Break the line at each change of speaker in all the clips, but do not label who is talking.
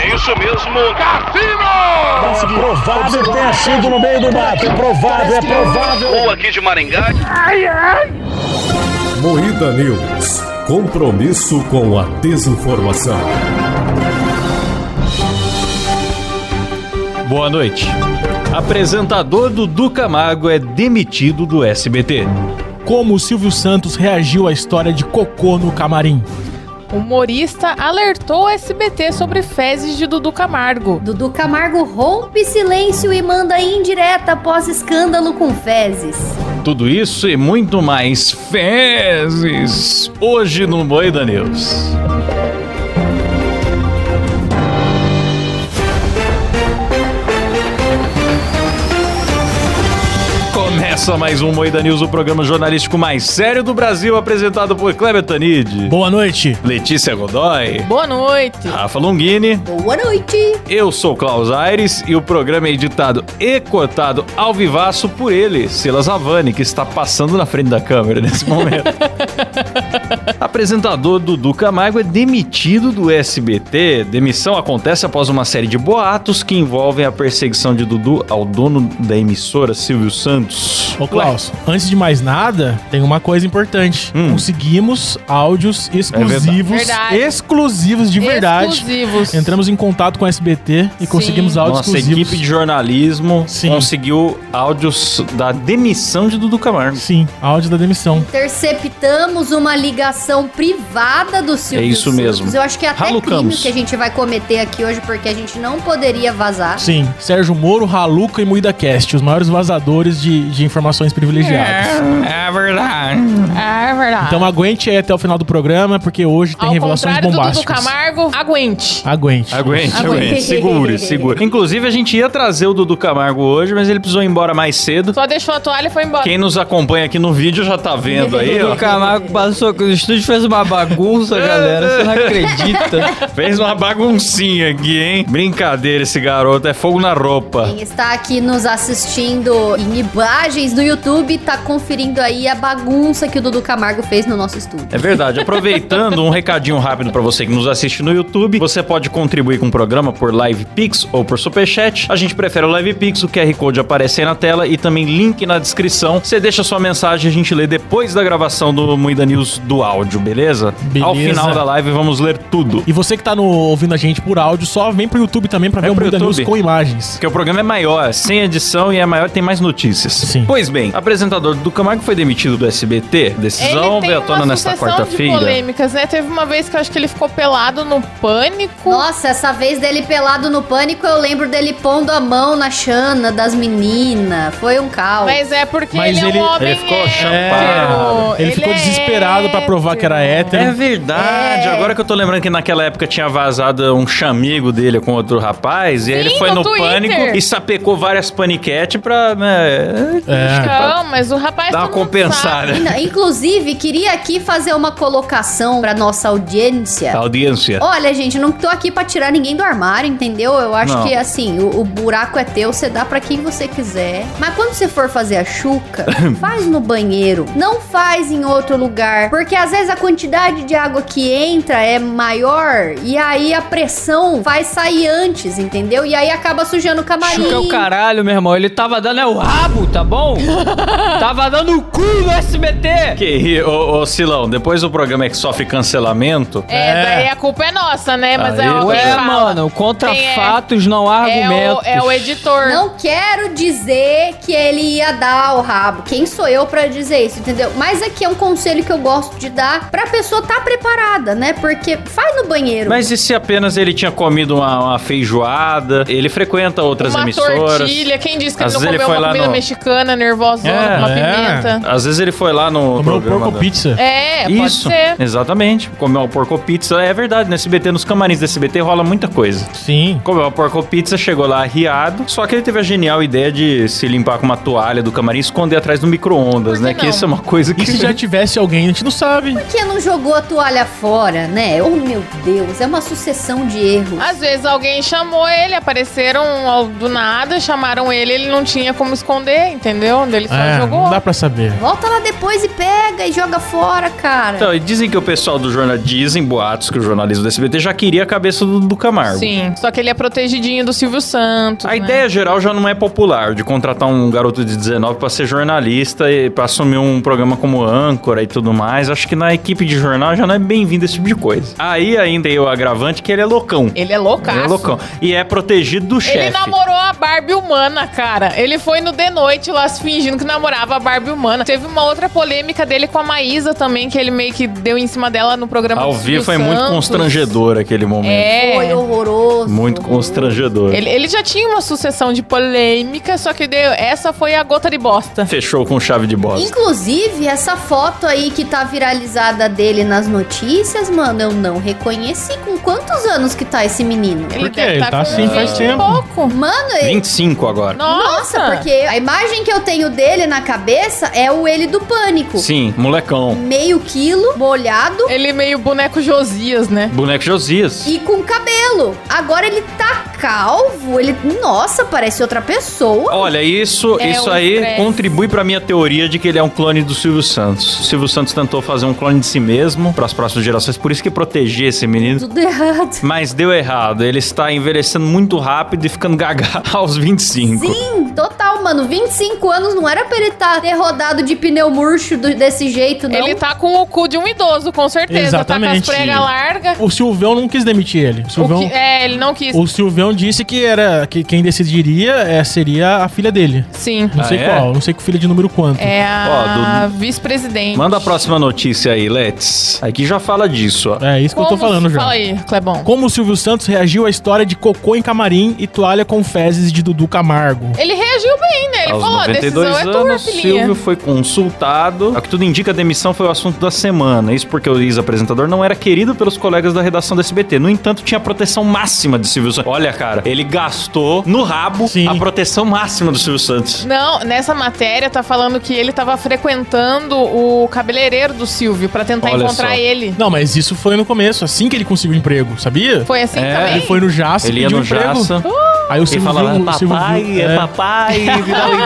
É isso mesmo, Cassino!
Provável tenha sido no meio do mato. É provável, é provável.
Ou aqui de Maringá.
Moída News. Compromisso com a desinformação.
Boa noite. Apresentador do Duca Mago é demitido do SBT.
Como o Silvio Santos reagiu à história de cocô no camarim?
Humorista alertou o SBT sobre fezes de Dudu Camargo.
Dudu Camargo rompe silêncio e manda indireta após escândalo com fezes.
Tudo isso e muito mais fezes hoje no Moeda News. Começa mais um Moeda News, o programa jornalístico mais sério do Brasil, apresentado por Kleber Tanid,
Boa noite.
Letícia Godoy,
Boa noite.
Ah,
Rafa Longini,
Boa noite.
eu sou Klaus Aires e o programa é editado e cortado ao vivaço por ele, Silas Havani, que está passando na frente da câmera nesse momento. Apresentador Dudu Camargo é demitido do SBT. Demissão acontece após uma série de boatos que envolvem a perseguição de Dudu ao dono da emissora, Silvio Santos.
Ô Klaus, antes de mais nada, tem uma coisa importante.
Hum. É
Conseguimos áudios exclusivos,
Verdade.
exclusivos de verdade.
Exclusivos.
Entramos em contato com o SBT e
Sim.
conseguimos áudios
Nossa
exclusivos.
equipe de jornalismo
Sim.
conseguiu áudios da demissão de Dudu Camargo.
Sim, áudio da demissão.
Interceptamos uma ligação privada do Silvio
É isso
Santos.
mesmo.
Eu acho que é até
Ralucamos.
crime que a gente vai cometer aqui hoje, porque a gente não poderia vazar.
Sim, Sérgio Moro, Raluca e Moída Cast, os maiores vazadores de, de informações privilegiadas.
É verdade.
É verdade.
Então aguente aí até o final do programa, porque hoje tem
Ao
revelações
contrário do Dudu
bombásticas.
Camargo, aguente.
Aguente.
Aguente,
Aguente.
aguente. Segure, segure. Inclusive, a gente ia trazer o Dudu Camargo hoje, mas ele precisou ir embora mais cedo.
Só deixou a toalha e foi embora.
Quem nos acompanha aqui no vídeo já tá vendo aí, ó.
O Camargo passou aqui no estúdio fez uma bagunça, galera. Você não acredita.
Fez uma baguncinha aqui, hein? Brincadeira esse garoto, é fogo na roupa.
Quem está aqui nos assistindo em imagens do YouTube, tá conferindo aí a bagunça que o Dudu Camargo fez no nosso estúdio.
É verdade. Aproveitando, um recadinho rápido pra você que nos assiste no YouTube. Você pode contribuir com o programa por Live Pix ou por Superchat. A gente prefere o Live Pix, o QR Code aparece aí na tela e também link na descrição. Você deixa sua mensagem, a gente lê depois da gravação do Moída News do áudio, beleza?
Beleza.
Ao final da live vamos ler tudo.
E você que tá no- ouvindo a gente por áudio, só vem pro YouTube também pra
Vem
ver o
pro
Muda News
YouTube.
com imagens.
Porque o programa é maior, sem edição e é maior tem mais notícias.
Sim.
Pois bem, apresentador do Camargo foi demitido do SBT. Decisão
Ele tem
veio à tona
uma
nesta
sucessão de
quarta-feira.
polêmicas, né? Teve uma vez que eu acho que ele ficou pelado no pânico.
Nossa, essa vez dele pelado no pânico, eu lembro dele pondo a mão na chana das meninas. Foi um caos.
Mas é porque
Mas
ele,
ele-
é um homem
ele ficou
hétero.
chapado.
Ele, ficou
é
desesperado pra provar que era
hétero.
hétero.
É verdade.
É.
Agora que eu tô lembrando que naquela época tinha vazado um chamigo dele com outro rapaz. e aí
Sim,
ele foi
no
no
Twitter.
pânico e sapecou várias paniquete pra. Né,
É
É.
Não, mas o rapaz
dar uma
todo mundo sabe.
compensada. né?
E na- Inclusive, queria aqui fazer uma colocação pra nossa audiência.
né?
Tá. Audiência.
Olha, gente, não tô aqui pra tirar ninguém do armário, entendeu? Eu acho
Não.
que, assim, o, o buraco é teu, você dá pra quem você quiser. Mas quando você for fazer a chuca, faz no banheiro. Não faz em outro lugar. Porque às vezes a quantidade de água que entra é maior e aí a pressão vai sair antes, entendeu? E aí acaba sujando o camarim.
Chuca é o caralho, meu irmão. Ele tava dando é o rabo, tá bom? tava dando o cu no SBT.
Que ri- ô, ô, Silão, depois o programa é que sofre cancelamento.
É, daí a culpa é nossa, né? Mas
Aí-
é o
Ué, mano, contra
Quem é?
fatos não há
É o,
argumentos.
é o editor.
Não quero dizer que ele ia dar o rabo. Quem sou eu pra dizer isso, entendeu? Mas aqui é um conselho que eu gosto de dar pra pessoa tá preparada, né? Porque faz no banheiro.
Mas e se apenas ele tinha comido uma, uma feijoada? Ele frequenta outras
uma
emissoras.
tortilha. Quem disse que
Às
ele não
vezes ele
comeu
foi
uma
lá
comida
no-
mexicana, nervosa,
É,
uma
é.
pimenta?
Às vezes ele foi lá no.
Comeu um
programa
porco
da-
pizza.
É, pode
Isso,
ser.
exatamente. Comeu uma porco pizza. É verdade, no SBT, nos camarins do SBT rola muita coisa.
É.
Sim.
Comeu uma porco pizza, chegou lá arriado. Só que ele teve a genial ideia de se limpar com uma toalha do camarim e esconder atrás do
Por
micro-ondas,
que
né? Que
não?
isso é uma coisa que.
E se já tivesse alguém, a gente não sabe.
Por que não jogou a toalha fora, né? Oh, meu Deus, é uma sucessão de erros.
Às vezes alguém chamou ele, apareceram ao- do nada, chamaram ele, ele não tinha como esconder, entendeu? onde, ele só
É,
jogou.
não dá pra saber.
Volta lá depois e pega e joga fora, cara.
Então, e dizem que o pessoal do jornal dizem boatos que o jornalismo do SBT já queria a cabeça do, do Camargo.
Sim, só que ele é protegidinho do Silvio Santos.
A
né?
ideia geral já não é popular de contratar um garoto de 19 pra ser jornalista e pra assumir um programa como âncora e tudo mais. Acho que na equipe de jornal já não é bem-vindo esse tipo de coisa. Aí ainda tem o agravante que ele é loucão.
Ele é loucaço.
Ele é loucão. E é protegido do
Ele
chefe.
namorou a Barbie humana, cara. Ele foi no The Noite lá se fingindo que namorava a Barbie humana. Teve uma outra polêmica dele com a Maísa também, que ele meio que deu em cima dela no programa
Ao
do
vivo
Silvio
é
foi muito
Santos.
constrangedor aquele
né?
momento.
É.
Foi horroroso.
Muito constrangedor.
Ele, ele já tinha uma sucessão de polêmica, só que deu, essa foi a gota de bosta.
Fechou com chave de bosta.
Inclusive, essa foto aí que tá viralizada dele nas notícias, mano, eu não reconheci. Com quantos anos que tá esse menino?
Ele
quê? Ele tá
com
assim faz
20 e
tempo.
Pouco.
Mano, ele...
25 agora.
Nossa,
Nossa, porque a imagem que eu tenho dele na cabeça é o ele do pânico.
Sim, molecão.
Meio quilo, molhado
Ele meio boneco Josias, né?
Boneco Josias.
uh!
e com cabelo. Agora ele tá calvo, ele... Nossa, parece outra pessoa.
Olha, isso,
É
isso
um
aí
estresse.
contribui pra minha teoria de que ele é um clone do Silvio Santos. O Silvio Santos tentou fazer um clone de si mesmo pras próximas gerações, por isso que protegia esse menino.
Tudo errado.
Mas deu errado, ele está envelhecendo muito rápido e ficando gaga aos 25.
Sim, total, mano. 25 anos não era pra ele tá ter rodado de pneu murcho do- desse jeito, não.
Ele tá com o cu de um idoso, com certeza.
Exatamente.
Tá com as pregas largas.
O Silvão não quis demitir ele. O
O
Silvão,
que- é, ele não quis.
o Silvão disse que era que quem decidiria é, seria a filha dele.
Sim.
Não
Ah,
sei
é?
qual, não sei que filha de número quanto.
É a
Ó,
vice-presidente.
Manda a próxima notícia aí, Let's. Aqui já fala disso, ó.
É isso que eu tô
Como-
falando já.
Fala aí, Clebão.
Como o Silvio Santos reagiu à história de cocô em camarim e toalha com fezes de Dudu Camargo?
Ele reagiu bem, né? Ele
Aos
falou, a
92
decisão é tua,
anos,
filhinha.
Silvio foi consultado. O que tudo indica, a demissão foi o assunto da semana. Isso porque o ex-apresentador não era querido pelos colegas da redação do SBT. No entanto, tinha a proteção máxima de Silvio Santos. Olha, cara, ele gastou no rabo
Sim.
a proteção máxima do Silvio Santos.
Não, nessa matéria tá falando que ele tava frequentando o cabeleireiro do Silvio pra tentar
Olha
encontrar
só.
ele.
Não, mas isso foi no começo, assim que ele conseguiu emprego, sabia?
Foi assim
É,
também?
Ele foi no Jaça,
Ele ia
pediu
no
emprego.
Jaça
Aí o
e
Silvio
falava,
viu, o Silvio
papai,
viu-
é
é.
papai, me dá um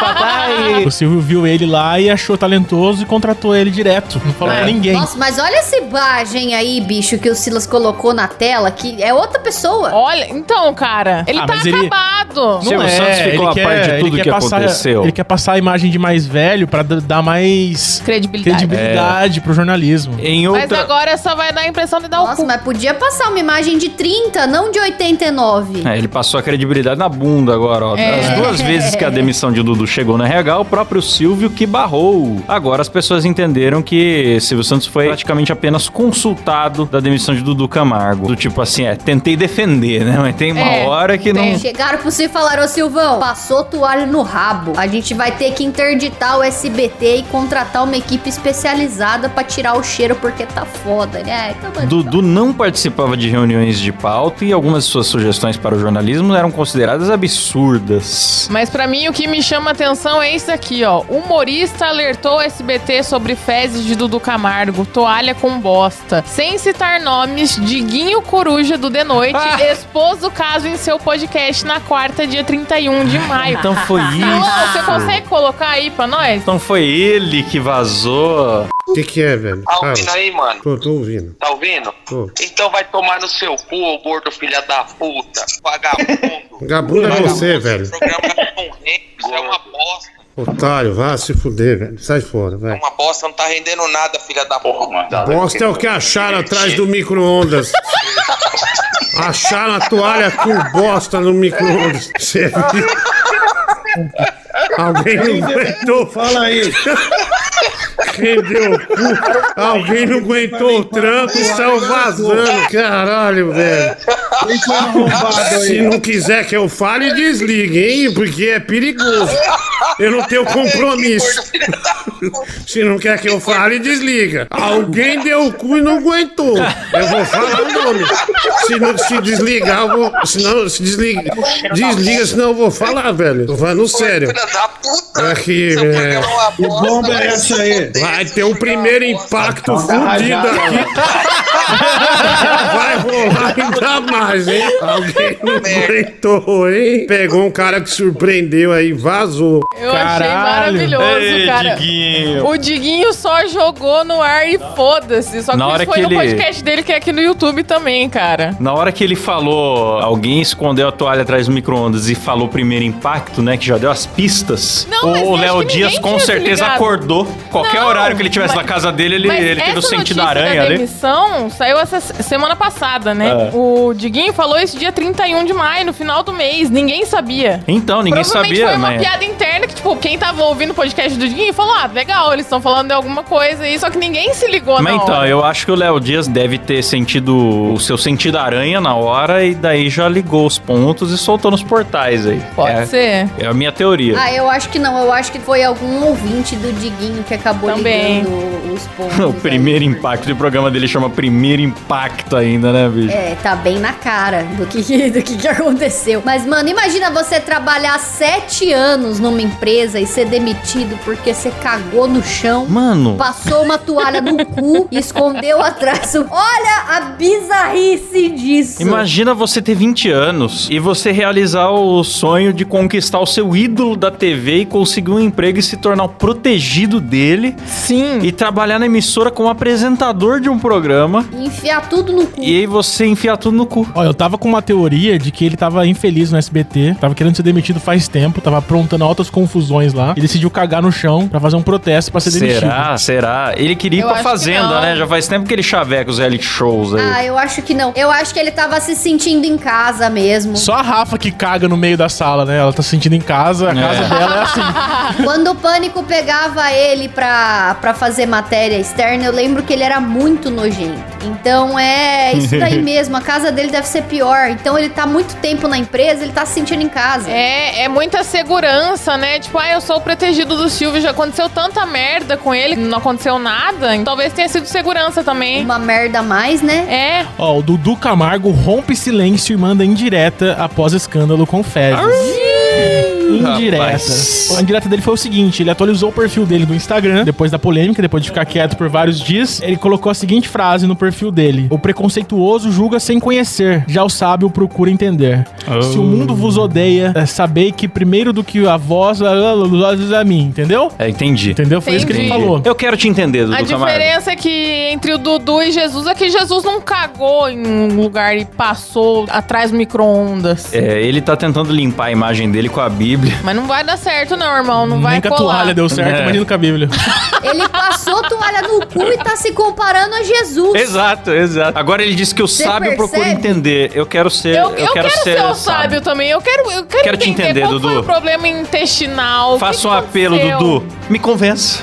papai.
O Silvio viu ele lá e achou talentoso e contratou ele direto. Não falou
É.
pra ninguém.
Nossa, mas olha essa imagem aí, bicho, que o Silas colocou na tela, que é outra pessoa.
Olha, então, cara, ele
Ah,
tá
mas ele-
acabado.
Silvio Santos ficou a par de tudo
é, ele
que aconteceu.
Ele quer passar a imagem de mais velho pra d- dar mais
Credibilidade.
credibilidade
É.
pro jornalismo.
Em outra...
Mas agora só vai dar a impressão de dar o
Nossa,
cu.
mas podia passar uma imagem de 30, não de 89.
É, ele passou a credibilidade na bunda agora, ó.
É.
As duas vezes que a demissão de Dudu chegou na RH, o próprio Silvio que barrou. Agora as pessoas entenderam que Silvio Santos foi praticamente apenas consultado da demissão de Dudu Camargo. Do tipo assim, é, tentei defender, né? Mas tem uma
É,
hora que não.
Chegaram pro Silvio e falaram, ô Silvão, passou toalha no rabo. A gente vai ter que interditar o SBT e contratar uma equipe especializada pra tirar o cheiro, porque tá foda, né? Então, mano,
Dudu não participava de reuniões de pauta e algumas de suas sugestões para o jornalismo eram consideradas absurdas.
Mas pra mim o que me chama atenção é isso aqui, ó. Humorista alertou o SBT sobre fezes de Dudu Camargo, toalha com bosta. Sem citar nomes, Diguinho Coruja do The Noite
Ah.
expôs o caso em seu podcast na quarta, dia 31 de maio.
Então foi
Alô,
isso.
você consegue colocar aí pra nós?
Então foi ele que vazou.
O que, que é, velho?
Tá
Fala.
ouvindo aí, mano?
Tô, tô ouvindo.
Tá ouvindo?
Tô.
Então vai tomar no seu cu, ô gordo filha da puta. Vagabundo.
Vagabundo é você, velho.
O programa tá não rende, isso é uma bosta.
Otário, vá se fuder, velho. Sai fora,
É
velho.
uma bosta, não tá rendendo nada, filha da puta.
Bosta é o que acharam atrás do micro-ondas. Acharam a toalha com bosta no micro-ondas. Você viu? Alguém não aguentou. Fala aí. Rendeu o cu. Alguém não aguentou o trampo e saiu vazando. Caralho, velho. Se não quiser que eu fale, desligue, hein? Porque é perigoso. Eu não tenho compromisso. Se não quer que eu fale, desliga. Alguém deu o cu e não aguentou. Eu vou falar o nome. Se não se desligar, eu vou. Se não, se desliga. Desliga, senão eu vou falar, velho. Tô falando sério.
Filha da puta.
É que,
Seu
é,
programa é uma bosta.
bomba é essa aí.
Vai ter o primeiro impacto fudido aqui. Vai rolar ainda mais, hein? Alguém não aguentou, hein? Pegou um cara que surpreendeu aí, vazou.
Eu achei
Caralho.
maravilhoso,
Ei,
cara.
Diguinho.
O Diguinho só jogou no ar e foda-se. Só que
Na hora
isso foi
que
no
ele-
podcast dele, que é aqui no YouTube também, cara.
Na hora que ele falou, alguém escondeu a toalha atrás do micro-ondas e falou primeiro impacto, né? Que já deu as pistas.
Não, mas
o
acho
Léo
que ninguém
Dias com
tinha se
certeza
ligado.
acordou. Qualquer
Não,
horário que ele tivesse
mas-
na casa dele, ele,
Mas
ele teve o
essa
sentido
notícia
da aranha né? É.
da
ali.
demissão saiu essa se- semana passada, né? O Diguinho falou isso dia 31 de maio, no final do mês. Ninguém sabia.
Então, ninguém
Provavelmente
sabia,
foi uma
mas.
piada interna que, tipo, quem tava ouvindo o podcast do Diguinho falou, ah, legal, eles estão falando de alguma coisa aí, só que ninguém se ligou
Mas
na
então,
hora.
eu acho que o Léo Dias deve ter sentido o seu sentido aranha na hora e daí já ligou os pontos e soltou nos portais aí.
Pode
é,
ser.
é a minha teoria.
Ah, eu acho que não. Eu acho que foi algum ouvinte do Diguinho que acabou
Também.
ligando os pontos.
Ah,
o primeiro
aí.
impacto, o programa dele chama Primeiro Impacto ainda, né, bicho?
É, tá bem na cara do que, do que, que aconteceu. Mas, mano, imagina você trabalhar sete anos numa empresa e ser demitido porque você cagou no chão.
Mano,
Passou uma toalha no cu e escondeu atrás. o- Olha a bizarrice
é.
disso.
Imagina você ter 20 anos e você realizar o sonho de conquistar o seu ídolo da TV e conseguir um emprego e se tornar o protegido dele
Sim.
e trabalhar na emissora como apresentador de um programa
E Enfiar tudo no cu.
e aí você enfiar tudo no cu.
Ó, eu tava com uma teoria de que ele tava infeliz no SBT, tava querendo ser demitido faz tempo, tava aprontando altas confusões lá e decidiu cagar no chão pra fazer um protesto pra ser demitido.
Será? Será? Ele queria ir
Eu
pra
acho que
fazenda,
não.
né? Já faz tempo que ele chaveca os reality shows aí.
Ah, eu acho que não. Eu acho que ele tava se sentindo em casa mesmo.
Só a Rafa que caga no meio da sala, né? Ela tá se sentindo em casa, a casa dela é assim.
Quando o pânico pegava ele pra, pra fazer matéria externa, eu lembro que ele era muito nojento. Então é isso daí mesmo. A casa dele deve ser pior. Então ele tá muito tempo na empresa, ele tá se sentindo em casa.
É, é muita segurança, né? Tipo, ah, eu sou o protegido do Silvio, já aconteceu tanta merda com ele, não aconteceu nada. então Talvez tenha sido segurança também.
Uma merda a mais, né?
É,
Ó, o Dudu Camargo rompe silêncio e manda indireta após escândalo com fezes. Indireta.
Rapaz.
A indireta dele foi o seguinte: ele atualizou o perfil dele do Instagram, depois da polêmica, depois de ficar quieto por vários dias. Ele colocou a seguinte frase no perfil dele: O preconceituoso julga sem conhecer, já o sábio procura entender. Se o mundo vos odeia, é, sabei que primeiro do que a voz, lá, lá, lá, lá, lá, a mim, entendeu?
É, entendi.
Entendeu? Foi isso que ele
Entendi.
falou.
Eu quero te entender, Dudu
a
Camargo.
diferença é que entre o Dudu e Jesus é que Jesus não cagou em um lugar e passou atrás do micro-ondas.
É, ele tá tentando limpar a imagem dele com a Bíblia.
Mas não vai dar certo, não, irmão. Não vai
Nem que a
colar.
toalha deu certo,
É.
imagina com a Bíblia.
Ele passou toalha no cu e tá se comparando a Jesus.
Exato, exato. Agora ele disse que o
Você
sábio procura
percebe?
entender. Eu quero ser.
Eu, eu quero, ser o sábio também. Eu quero, eu quero,
Quero te
entender,
entender,
qual
Dudu.
foi o problema intestinal. o que
Faça
que
um apelo,
aconteceu?
Dudu. Me convença.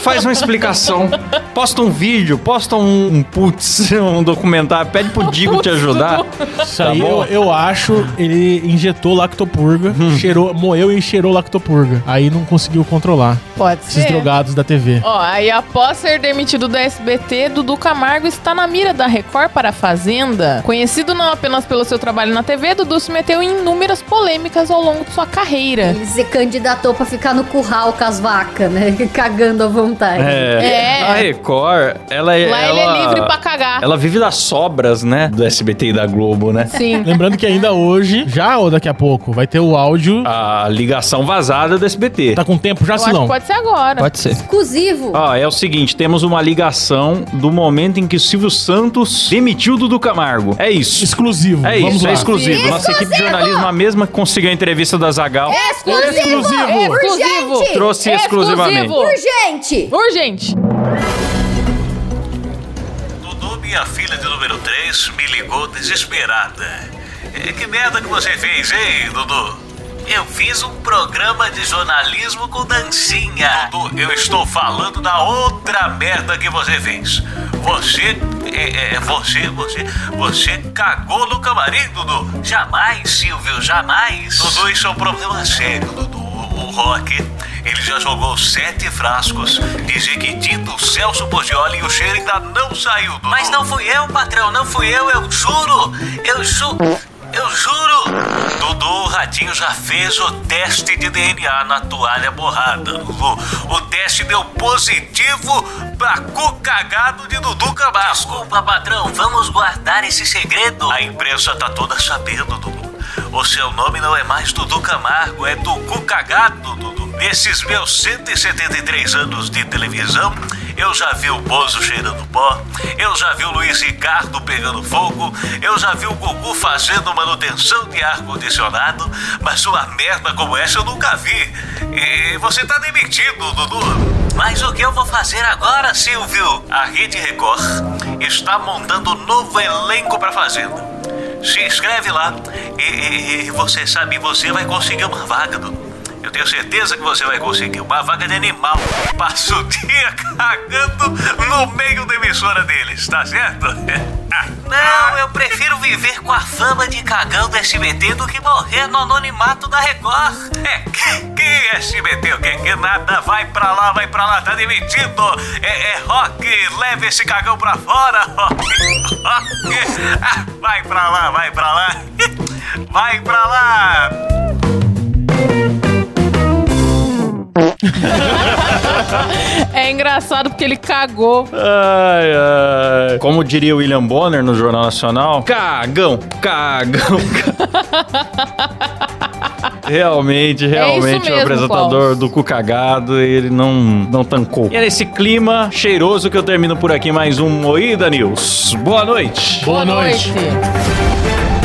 Faz uma explicação. Posta um vídeo, posta um, um putz, um documentário. Pede pro Digo te
Um Putz,
ajudar.
Isso aí
Tá bom? Hum.
eu, eu acho, ele injetou lactopurga, cheirou, moeu e cheirou lactopurga. Aí não conseguiu controlar
Pode
esses
ser.
drogados da TV.
Ó, aí após ser demitido da SBT, Dudu Camargo está na mira da Record para a Fazenda. Conhecido não apenas pelo seu trabalho na TV, Dudu se meteu em inúmeras polêmicas ao longo de sua carreira.
Ele se candidatou pra ficar no curral com as vacas, né? Cagando à vontade.
É.
A Record, ela é.
Lá ele
ela-
é livre pra cagar.
Ela vive das sobras, né? Do SBT e da Globo, né?
Sim.
Lembrando que ainda hoje, já ou daqui a pouco, vai ter o áudio.
A ligação vazada do SBT.
Tá com tempo já,
Eu acho que
Silão?
pode ser agora.
Pode ser.
Exclusivo.
Ó, é o seguinte, temos uma ligação do momento em que o Silvio Santos demitiu o Dudu Camargo. É isso.
Exclusivo.
É
Vamos
isso,
lá.
é exclusivo. Nossa equipe de jornalismo, a mesma que conseguiu a entrevista da Zagal,
É. Exclusivo!
Exclusivo.
Exclusivo.
é Urgente!
trouxe exclusivamente.
Urgente!
Urgente.
Dudu, minha filha de número 3, me ligou desesperada. Eh, Que merda que você fez, hein, Dudu? Eu fiz um programa de jornalismo com dancinha. Dudu, eu estou falando da outra merda que você fez. Você. É, é, você, você. Você cagou no camarim, Dudu. Jamais, Silvio, jamais. Dudu, isso é um problema sério, Dudu. O Rock, ele já jogou sete frascos de Jequiti do Celso Portioli e o cheiro ainda não saiu. Dudu. Mas não fui eu, patrão, não fui eu, eu juro, eu juro, eu juro. Dudu, o Ratinho já fez o teste de DNA na toalha borrada, Dudu. O teste deu positivo
pra cu cagado de Dudu Cabasco. Desculpa, patrão, vamos guardar esse segredo. A imprensa tá toda sabendo, Dudu. O seu nome não é mais Dudu Camargo, é Dudu Cagado, Dudu. Nesses meus 173 anos de televisão, eu já vi o Bozo cheirando pó, eu já vi o Luiz Ricardo pegando fogo, eu já vi o Gugu fazendo manutenção de ar-condicionado, mas uma merda como essa eu nunca vi. E você tá demitido, Dudu. Mas o que eu vou fazer agora, Silvio? A Rede Record está montando um novo elenco pra Fazenda. Se inscreve lá e, e- e você sabe, você vai conseguir uma vaga, Dudu. Eu tenho certeza que você vai conseguir uma vaga de animal. Passa o dia cagando no meio da emissora deles, tá certo? Não, eu prefiro viver com a fama de cagão do SBT do que morrer no anonimato da Record. É, que, que SBT? O que, que nada? Vai pra lá, vai pra lá, tá demitido. É, é rock, leva esse cagão pra fora, rock. rock. Ah, Vai pra lá, vai pra lá. Vai pra lá.
É engraçado porque ele cagou.
Ai, ai. Como diria o William Bonner no Jornal Nacional, cagão, cagão. ca- Realmente, realmente,
mesmo,
o apresentador
Klaus.
do cu cagado, ele não, não tancou. E é nesse clima cheiroso que eu termino por aqui mais um Moída News. Boa noite.
Boa noite.
noite.